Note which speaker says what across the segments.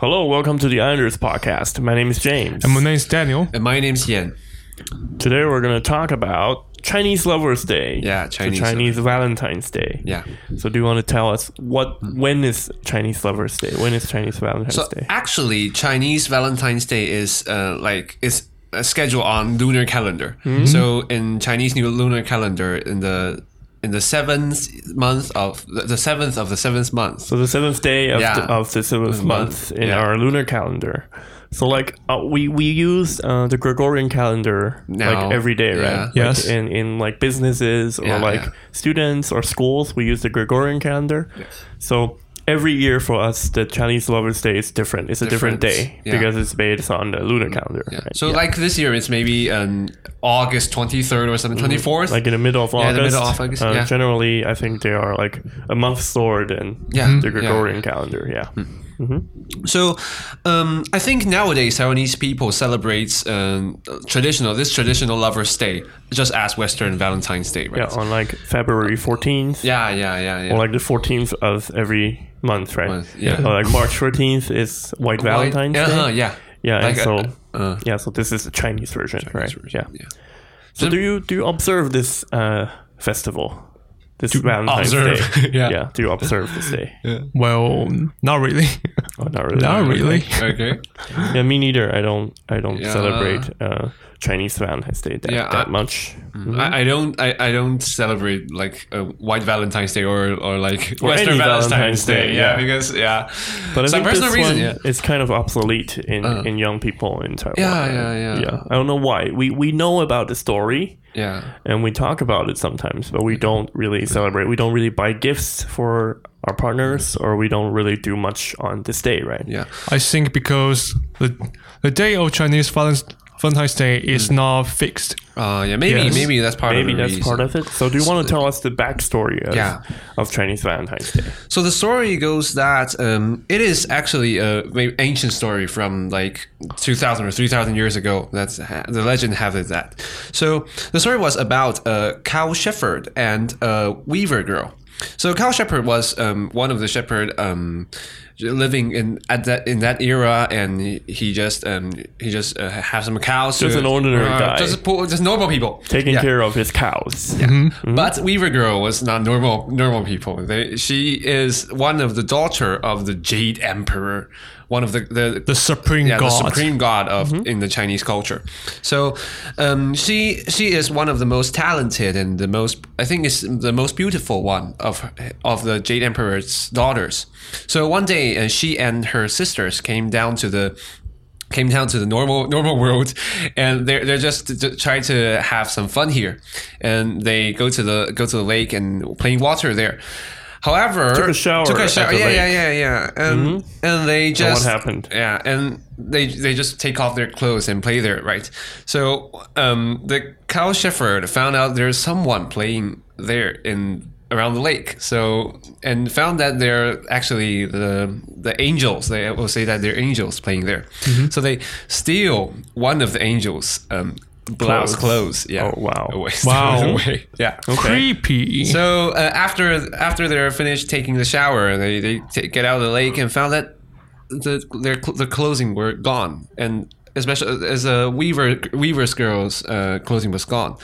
Speaker 1: Hello, welcome to the Islanders podcast. My name is James.
Speaker 2: And my name's Daniel.
Speaker 3: And my name's Yan.
Speaker 1: Today we're going to talk about Chinese Lovers Day.
Speaker 3: Yeah,
Speaker 1: So
Speaker 3: Chinese
Speaker 1: Chinese Valentine's Day.
Speaker 3: Yeah. Hmm.
Speaker 1: So do you want to tell us what when is Chinese Lovers Day? When is Chinese Valentine's
Speaker 3: So
Speaker 1: Day?
Speaker 3: actually, Chinese Valentine's Day is uh, like it's a schedule on lunar calendar.
Speaker 1: Hmm?
Speaker 3: So in Chinese new lunar calendar, in the in the seventh month of the the seventh of the seventh month.
Speaker 1: So the seventh day of,
Speaker 3: Yeah.
Speaker 1: the, of the seventh month,
Speaker 3: month,
Speaker 1: in
Speaker 3: yeah.
Speaker 1: our lunar calendar. So like uh, we we use uh, the Gregorian calendar
Speaker 3: Now.
Speaker 1: like every day,
Speaker 3: Yeah.
Speaker 1: right? Like,
Speaker 2: Yes.
Speaker 1: in in like businesses or
Speaker 3: Yeah,
Speaker 1: like
Speaker 3: yeah.
Speaker 1: students or schools, we use the Gregorian calendar. So every year for us, the Chinese Lovers Day is different. It's a different,
Speaker 3: Different,
Speaker 1: day
Speaker 3: yeah. Mm,
Speaker 1: because it's based on the lunar calendar.
Speaker 3: Yeah.
Speaker 1: right?
Speaker 3: So like this year, it's maybe um, August twenty third or something, twenty fourth.
Speaker 1: Mm-hmm. like in the middle of
Speaker 3: Yeah,
Speaker 1: August.
Speaker 3: the middle of August,
Speaker 1: uh,
Speaker 3: yeah.
Speaker 1: Generally, I think they are like a month slower than
Speaker 3: Yeah, Mm.
Speaker 1: the
Speaker 3: yeah. Mm.
Speaker 1: Gregorian calendar. Yeah. Mm-hmm.
Speaker 3: So, um, I think nowadays Taiwanese people celebrate um, traditional this traditional Lovers' Day, just as Western Valentine's Day, right?
Speaker 1: Yeah, on like February 14th.
Speaker 3: Uh, Yeah, yeah, yeah, yeah.
Speaker 1: Or like the 14th of every month, right?
Speaker 3: Month, yeah.
Speaker 1: Or like March 14th is White Valentine's
Speaker 3: Like-
Speaker 1: Day.
Speaker 3: uh-huh, yeah.
Speaker 1: Yeah, and
Speaker 3: Like,
Speaker 1: so
Speaker 3: uh, uh,
Speaker 1: yeah, so this is the Chinese version, right?
Speaker 3: version,
Speaker 1: Yeah.
Speaker 3: yeah.
Speaker 1: So do you do you observe this uh, festival, this Valentine's
Speaker 3: observe,
Speaker 1: Day?
Speaker 3: yeah.
Speaker 1: Do you observe this day?
Speaker 2: Well, not really.
Speaker 1: Oh, not really.
Speaker 2: not really.
Speaker 3: okay.
Speaker 1: Yeah, me neither. I don't. I don't
Speaker 3: Yeah.
Speaker 1: celebrate uh, Chinese Valentine's Day that,
Speaker 3: Yeah,
Speaker 1: that
Speaker 3: I- Mm.
Speaker 1: much.
Speaker 3: I, I don't I, I don't celebrate like uh, White Valentine's Day or or like Western
Speaker 1: any
Speaker 3: Valentine's,
Speaker 1: Valentine's
Speaker 3: Day.
Speaker 1: Day,
Speaker 3: yeah.
Speaker 1: yeah.
Speaker 3: because yeah.
Speaker 1: But I
Speaker 3: Some
Speaker 1: think
Speaker 3: personal
Speaker 1: this
Speaker 3: reason,
Speaker 1: one
Speaker 3: yeah.
Speaker 1: is kind of obsolete in, in young people in Taiwan.
Speaker 3: Yeah,
Speaker 1: right?
Speaker 3: yeah, yeah.
Speaker 1: I don't know why. We we know about the story
Speaker 3: yeah.
Speaker 1: and we talk about it sometimes, but we
Speaker 3: Mm-hmm.
Speaker 1: don't really celebrate. We don't really buy gifts for our partners, or we don't really do much on this day, right?
Speaker 3: Mm-hmm. Yeah.
Speaker 2: I think because the the day of Chinese Valens- Valentine's Day is
Speaker 3: Hmm.
Speaker 2: not fixed.
Speaker 3: Uh, yeah. Maybe
Speaker 2: Yes.
Speaker 3: maybe that's part
Speaker 1: Maybe
Speaker 3: of the
Speaker 1: that's
Speaker 3: reason.
Speaker 1: part of it. So, do you want to tell us the backstory of,
Speaker 3: Yeah.
Speaker 1: of Chinese Valentine's Day?
Speaker 3: So the story goes that um, it is actually a very ancient story from like 2,000 or 3,000 years ago. That's the legend has it that. So the story was about a cow shepherd and a weaver girl. So cow shepherd was um, one of the shepherd um, living in at that in that era, and he- he just um, he just uh, have some cows. Uh,
Speaker 1: Just an ordinary guy.
Speaker 3: just, poor- just normal people
Speaker 1: Taking
Speaker 3: Yeah.
Speaker 1: care of his cows.
Speaker 3: But Weaver Girl was not normal normal people. They, she is one of the daughter of the Jade Emperor, one of the the,
Speaker 2: The supreme
Speaker 3: yeah,
Speaker 2: god.
Speaker 3: the supreme god of
Speaker 1: Mm-hmm.
Speaker 3: in the Chinese culture. So um, she she is one of the most talented and the most I think is the most beautiful one of of the Jade Emperor's daughters. So one day uh, she and her sisters came down to the came down to the normal normal world and they're, they're just t- t- trying to have some fun here and they go to the go to the lake and playing water there however
Speaker 1: Took a shower
Speaker 3: took a
Speaker 1: at
Speaker 3: shower
Speaker 1: the
Speaker 3: yeah,
Speaker 1: lake.
Speaker 3: yeah yeah yeah and and they just
Speaker 1: Mm-hmm. what happened?
Speaker 3: yeah, and they they just take off their clothes and play there, right? So um, the cow shepherd found out there's someone playing there in around the lake. So and found that they're actually the the angels. They will say that they're angels playing there.
Speaker 1: Mm-hmm.
Speaker 3: So they steal one of the angels. Um, blouse
Speaker 1: Clothes.
Speaker 3: clothes yeah
Speaker 1: Oh, wow.
Speaker 3: away, throw
Speaker 2: Wow.
Speaker 3: it away. yeah
Speaker 2: Creepy.
Speaker 3: so uh, after after they're finished taking the shower, they they t- get out of the lake and found that the their cl- the clothing were gone, and especially as a weaver weaver's girl's uh, clothing was gone,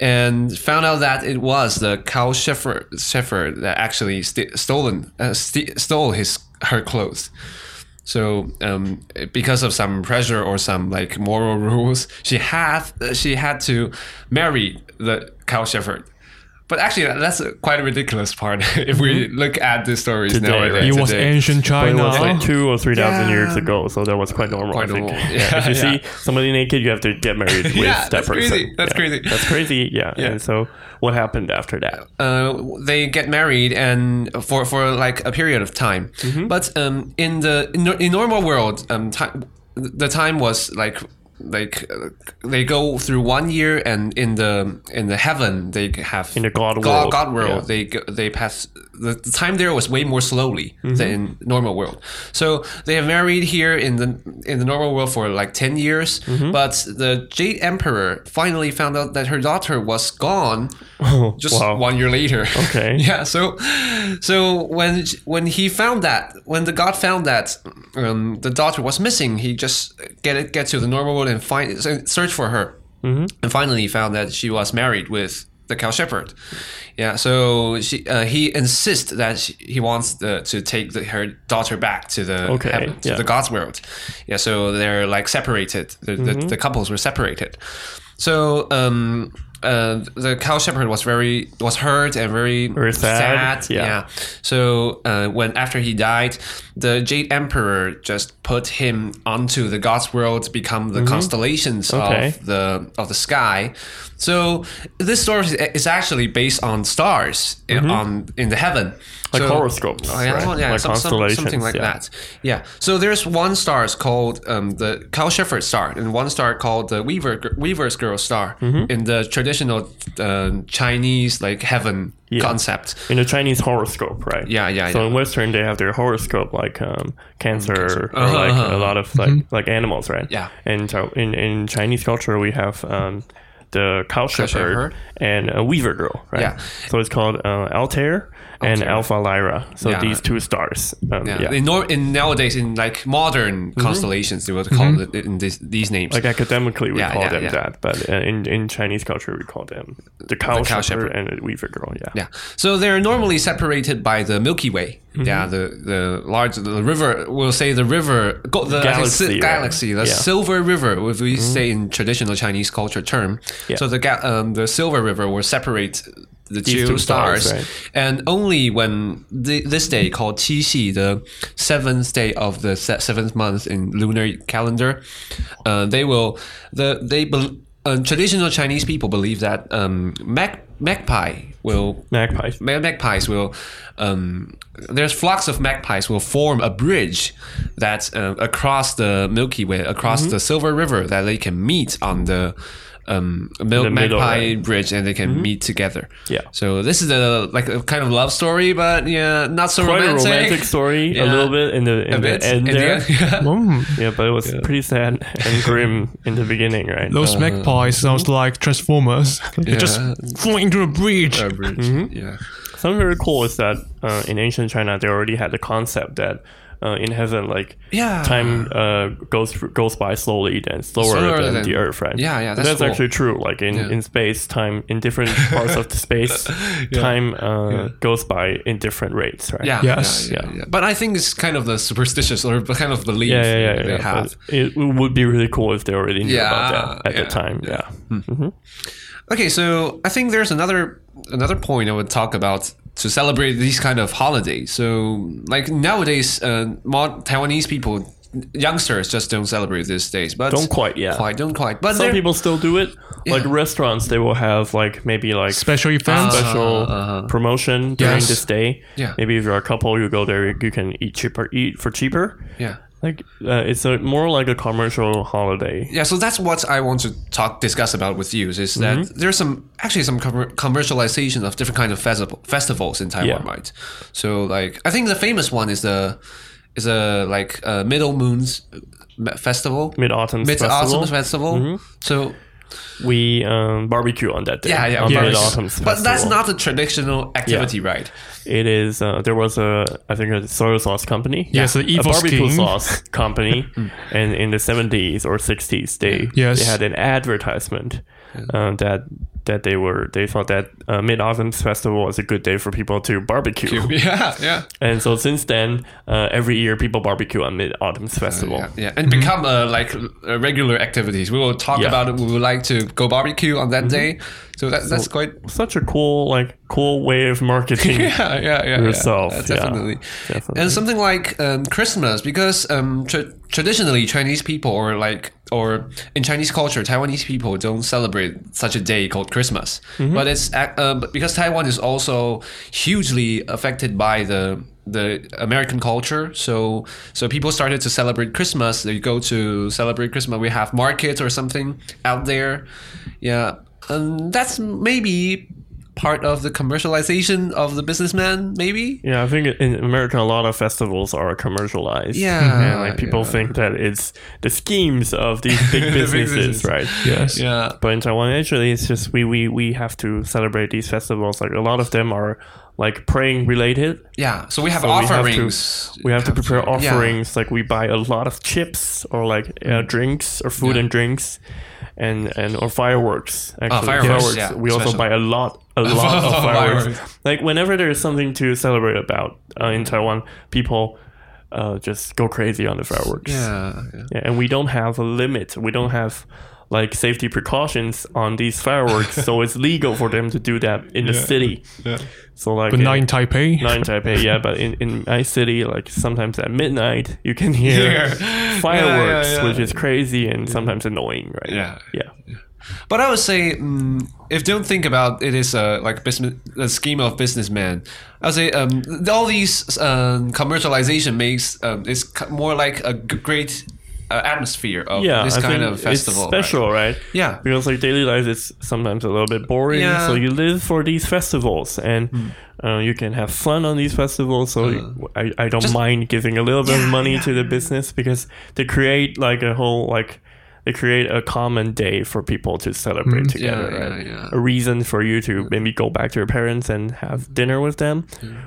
Speaker 3: and found out that it was the cow shepherd shepherd that actually st- stolen uh, st- stole his her clothes. So, um, because of some pressure or some like moral rules, she had she had to marry the cow shepherd. But actually, that's a quite a ridiculous part if we look at the stories
Speaker 1: Mm-hmm. Today,
Speaker 3: nowadays.
Speaker 1: right?
Speaker 2: it was
Speaker 3: today.
Speaker 2: ancient
Speaker 1: But it
Speaker 2: China.
Speaker 1: was like two or three thousand
Speaker 3: Yeah.
Speaker 1: years ago, so that was quite normal.
Speaker 3: Quite
Speaker 1: I think.
Speaker 3: normal.
Speaker 1: Yeah, if you
Speaker 3: Yeah,
Speaker 1: see somebody naked, you have to get married with
Speaker 3: Yeah,
Speaker 1: that
Speaker 3: that's
Speaker 1: person.
Speaker 3: crazy. That's
Speaker 1: Yeah.
Speaker 3: crazy.
Speaker 1: That's crazy. Yeah.
Speaker 3: Yeah.
Speaker 1: And so, what happened after that?
Speaker 3: uh, they get married and for, for like a period of time.
Speaker 1: Mm-hmm.
Speaker 3: But um, in the in, in normal world, um, time, the time was like like uh, they go through one year and in the in the heaven they have
Speaker 1: In the God
Speaker 3: God,
Speaker 1: world,
Speaker 3: God world
Speaker 1: yeah.
Speaker 3: they go, they pass the, the time there was way more slowly
Speaker 1: Mm-hmm.
Speaker 3: than in normal world. So they have married here in the in the normal world for like ten years,
Speaker 1: Mm-hmm.
Speaker 3: but the Jade Emperor finally found out that her daughter was gone just
Speaker 1: Oh, Wow.
Speaker 3: one year later.
Speaker 1: Okay.
Speaker 3: yeah. So, so when when he found that, when the god found that um, the daughter was missing, he just get it get to the normal world and find so- search for her, mm-hmm. and finally he found that she was married with the cow shepherd. Yeah. So she uh, he insists that she, he wants the, to take the, her daughter back to the
Speaker 1: Okay,
Speaker 3: heaven, to
Speaker 1: yeah.
Speaker 3: the God's world. Yeah, so they're like separated. The,
Speaker 1: Mm-hmm.
Speaker 3: the, the couples were separated. So um, uh, the cow shepherd was very was hurt and very,
Speaker 1: Very sad, yeah.
Speaker 3: So uh, when after he died, the Jade Emperor just put him onto the God's world to become the constellations
Speaker 1: Mm-hmm. Okay.
Speaker 3: of the of the sky. So this story is- is actually based on stars in- on in the heaven.
Speaker 1: Mm-hmm. Like
Speaker 3: So-
Speaker 1: horoscopes,
Speaker 3: Oh, yeah,
Speaker 1: right?
Speaker 3: well, yeah,
Speaker 1: Like
Speaker 3: some- some- something
Speaker 1: constellations,
Speaker 3: like
Speaker 1: yeah.
Speaker 3: that. Yeah. So there's one star is called um, the Kyle Shepherd star, and one star called the Weaver Weaver's Girl star
Speaker 1: Mm-hmm.
Speaker 3: in the traditional uh, Chinese like heaven
Speaker 1: Yeah.
Speaker 3: concept.
Speaker 1: in the Chinese horoscope, right?
Speaker 3: Yeah, yeah,
Speaker 1: So
Speaker 3: yeah.
Speaker 1: in Western, they have their horoscope, like um, cancer, or
Speaker 3: Uh-huh,
Speaker 1: like
Speaker 3: uh-huh.
Speaker 1: a lot of like like animals, right?
Speaker 3: Yeah.
Speaker 1: And so in in Chinese culture, we have um, the cow shepherd,
Speaker 3: shepherd.
Speaker 1: and a weaver girl, right?
Speaker 3: Yeah.
Speaker 1: So it's called uh, Altair and Alpha Lyra. So
Speaker 3: Yeah.
Speaker 1: these two stars. Um, yeah.
Speaker 3: Yeah.
Speaker 1: Mm-hmm.
Speaker 3: In, nor- in nowadays in like modern constellations, they would call it in this, these names.
Speaker 1: Like academically, we
Speaker 3: Yeah,
Speaker 1: call
Speaker 3: yeah,
Speaker 1: them
Speaker 3: yeah.
Speaker 1: that, but uh, in in Chinese culture, we call them the cow,
Speaker 3: cow
Speaker 1: shepherd,
Speaker 3: shepherd.
Speaker 1: and the weaver girl. Yeah.
Speaker 3: Yeah. So they're normally separated by the Milky Way.
Speaker 1: Mm-hmm.
Speaker 3: Yeah, the the large the river. We'll say the river, go, the
Speaker 1: Galaxy,
Speaker 3: si-
Speaker 1: right?
Speaker 3: galaxy, the
Speaker 1: Yeah. Mm-hmm.
Speaker 3: Silver River, if we say in traditional Chinese culture term.
Speaker 1: Yeah.
Speaker 3: So the ga- um, the Silver River will separate the two,
Speaker 1: two
Speaker 3: stars,
Speaker 1: stars, right.
Speaker 3: and only when the, this day called Qixi, the seventh day of the se- seventh month in lunar calendar, uh, they will the they bel uh, traditional Chinese people believe that um, mag- magpie will
Speaker 1: Magpie.
Speaker 3: ma- magpies will um, there's flocks of magpies will form a bridge that uh, across the Milky Way across
Speaker 1: Mm-hmm.
Speaker 3: the Silver River that they can meet on the um, mil-
Speaker 1: The middle,
Speaker 3: magpie
Speaker 1: right. Mm-hmm.
Speaker 3: bridge and they can meet together.
Speaker 1: Yeah.
Speaker 3: So this is a like a kind of love story, but yeah, not so
Speaker 1: Quite
Speaker 3: romantic.
Speaker 1: a romantic story, a
Speaker 3: Yeah.
Speaker 1: little bit in the in
Speaker 3: A
Speaker 1: the
Speaker 3: bit
Speaker 1: end
Speaker 3: in the
Speaker 1: there.
Speaker 3: end, yeah.
Speaker 2: Hmm.
Speaker 1: Yeah, but it was pretty sad and grim in the beginning, right?
Speaker 2: Those magpies sounds like Transformers. They just
Speaker 3: Uh-huh. Hmm. Yeah. Uh,
Speaker 2: flew into a breach.
Speaker 3: A bridge,
Speaker 1: Mm-hmm.
Speaker 3: Yeah.
Speaker 1: Something very cool is that uh, in ancient China, they already had the concept that uh, in heaven, like
Speaker 3: Yeah.
Speaker 1: time uh, goes goes by slowly, then slower,
Speaker 3: Slower
Speaker 1: than,
Speaker 3: than-
Speaker 1: the Earth, right?
Speaker 3: Yeah, yeah,
Speaker 1: And
Speaker 3: that's
Speaker 1: that's
Speaker 3: cool.
Speaker 1: actually true. Like in, in space, time in different parts of the space, time uh, goes by in different rates, right?
Speaker 3: Yeah,
Speaker 2: Yes.
Speaker 3: yeah, yeah, yeah. But I think it's kind of the superstitious or kind of belief
Speaker 1: Yeah, yeah, yeah.
Speaker 3: they
Speaker 1: yeah,
Speaker 3: have.
Speaker 1: but It would be really cool if they already knew
Speaker 3: Yeah,
Speaker 1: about that at
Speaker 3: yeah, Mm.
Speaker 1: the time. Yeah.
Speaker 3: Okay, so I think there's another another point I would talk about to celebrate these kind of holidays. So like nowadays, uh, mod- Taiwanese people, youngsters just don't celebrate these days. But
Speaker 1: Don't quite, yeah.
Speaker 3: quite don't quite. But
Speaker 1: Some
Speaker 3: there-
Speaker 1: people still do it. Like restaurants, they will have like maybe like
Speaker 2: Special
Speaker 3: uh,
Speaker 2: events.
Speaker 1: special promotion during
Speaker 2: Yes.
Speaker 1: this day.
Speaker 3: Uh-huh, Yeah.
Speaker 1: Maybe if you're a couple, you go there, you can eat cheaper, eat for cheaper.
Speaker 3: yeah.
Speaker 1: Like uh, it's a more like a commercial holiday.
Speaker 3: Yeah, so that's what I want to talk discuss about with you is that
Speaker 1: Mm-hmm.
Speaker 3: there's some actually some com- commercialization of different kind of festival, festivals in Taiwan,
Speaker 1: Yeah.
Speaker 3: right? So like I think the famous one is the is a like uh, Middle Moon's uh, festival,
Speaker 1: Mid Autumn
Speaker 3: Mid Autumn
Speaker 1: Festival. Mm-hmm.
Speaker 3: Festival. So
Speaker 1: We um, barbecue on that day.
Speaker 3: yeah, yeah,
Speaker 1: on
Speaker 3: but-
Speaker 1: Mid Autumn
Speaker 3: but that's not a traditional activity, right?
Speaker 1: It is. Uh, there was a, I think, a soy sauce company.
Speaker 2: Yes, the
Speaker 1: a
Speaker 2: Evil
Speaker 1: barbecue
Speaker 2: King.
Speaker 1: sauce company.
Speaker 3: Hmm.
Speaker 1: and in the seventies or sixties, they
Speaker 2: Yes.
Speaker 1: they had an advertisement uh, that that they were they thought that uh, Mid Autumn Festival was a good day for people to barbecue.
Speaker 3: Yeah, yeah,
Speaker 1: and so since then, uh, every year people barbecue on Mid Autumn Festival.
Speaker 3: Oh, yeah, yeah, and become uh, like uh, regular activities. We will talk
Speaker 1: mm-hmm. Yeah. Mm-hmm.
Speaker 3: about it. We would like to go barbecue on that day. So that, that's quite
Speaker 1: Such a cool, like, cool way of marketing.
Speaker 3: yeah, yeah, yeah.
Speaker 1: Yourself,
Speaker 3: yeah,
Speaker 1: yeah,
Speaker 3: definitely.
Speaker 1: definitely.
Speaker 3: And something like um, Christmas, because um, tra- traditionally Chinese people or like or in Chinese culture, Taiwanese people don't celebrate such a day called Christmas. But it's ac- um, because Taiwan is also hugely affected by the the American culture, so so people started to celebrate Christmas. They go to celebrate Christmas. We have markets or something out there, yeah. And that's maybe part of the commercialization of the businessman, maybe.
Speaker 1: Yeah, I think in America, a lot of festivals are commercialized.
Speaker 3: Yeah,
Speaker 1: and like people
Speaker 3: yeah.
Speaker 1: think that it's the schemes of these big
Speaker 3: The big
Speaker 1: businesses,
Speaker 3: business.
Speaker 1: right?
Speaker 2: Yes.
Speaker 3: Yeah,
Speaker 1: But in Taiwan, actually, it's just we we we have to celebrate these festivals. Like a lot of them are like praying related.
Speaker 3: yeah. So we have
Speaker 1: So we have to-
Speaker 3: offerings.
Speaker 1: We have to prepare
Speaker 3: Yeah.
Speaker 1: offerings. Like we buy a lot of chips or like uh, drinks or food
Speaker 3: Mm. Yeah. Oh,
Speaker 1: and drinks. And, and or fireworks actually
Speaker 3: fireworks, yeah,
Speaker 1: we also
Speaker 3: special.
Speaker 1: buy a lot a lot of
Speaker 3: Fireworks. Mm.
Speaker 1: fireworks like whenever there is something to celebrate about uh, in Taiwan people uh, just go crazy on the fireworks
Speaker 3: Yeah, yeah.
Speaker 1: yeah, and we don't have a limit. We don't have like safety precautions on these fireworks, so it's legal for them to do that in the
Speaker 2: Yeah.
Speaker 1: city.
Speaker 2: Yeah.
Speaker 1: So like uh,
Speaker 2: But
Speaker 1: in-
Speaker 2: not in Taipei.
Speaker 1: not in Taipei, yeah, but in, in my city, like sometimes at midnight you can hear
Speaker 3: Yeah.
Speaker 1: fireworks,
Speaker 3: Yeah, yeah, yeah.
Speaker 1: which is crazy and sometimes annoying, right?
Speaker 3: Yeah.
Speaker 1: yeah,
Speaker 3: But I would say, mm if don't think about it is a like business a scheme of businessman. I would say um, all these um, commercialization makes um, is c- more like a g- great uh, atmosphere of
Speaker 1: yeah.
Speaker 3: this
Speaker 1: I
Speaker 3: kind
Speaker 1: think
Speaker 3: of festival.
Speaker 1: it's
Speaker 3: right?
Speaker 1: special, right?
Speaker 3: Yeah.
Speaker 1: because like daily life is sometimes a little bit boring
Speaker 3: Yeah. Hmm.
Speaker 1: so you live for these festivals and uh, you can have fun on these festivals so
Speaker 3: Uh-huh.
Speaker 1: you- I, I don't mind giving a little bit of money to the business because they create like a whole like they create a common day for people to celebrate together
Speaker 3: Hmm. yeah,
Speaker 1: right
Speaker 3: yeah.
Speaker 1: a reason for you to maybe go back to your parents and have dinner with them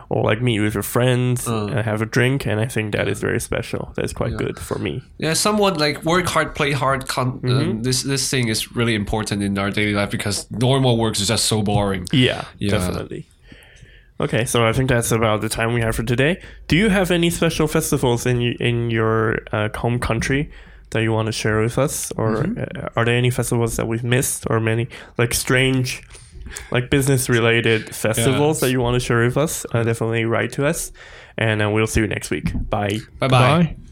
Speaker 1: or like meet with your friends and have a drink and i think that is very special that's quite good for me
Speaker 3: Uh. Yeah, somewhat like work hard, play hard. Con-
Speaker 1: Mm-hmm.
Speaker 3: um, this this thing is really important in our daily life because normal work is just so boring.
Speaker 1: Yeah,
Speaker 3: Yeah.
Speaker 1: definitely. Okay, so I think that's about the time we have for today. Do you have any special festivals in y- in your uh, home country that you want to share with us, or uh, are there any festivals that we've missed, or many like strange, like business related festivals that you want to share with us? Uh, definitely write to us, and uh, we'll see you next week. Bye.
Speaker 3: Bye bye.
Speaker 2: Bye.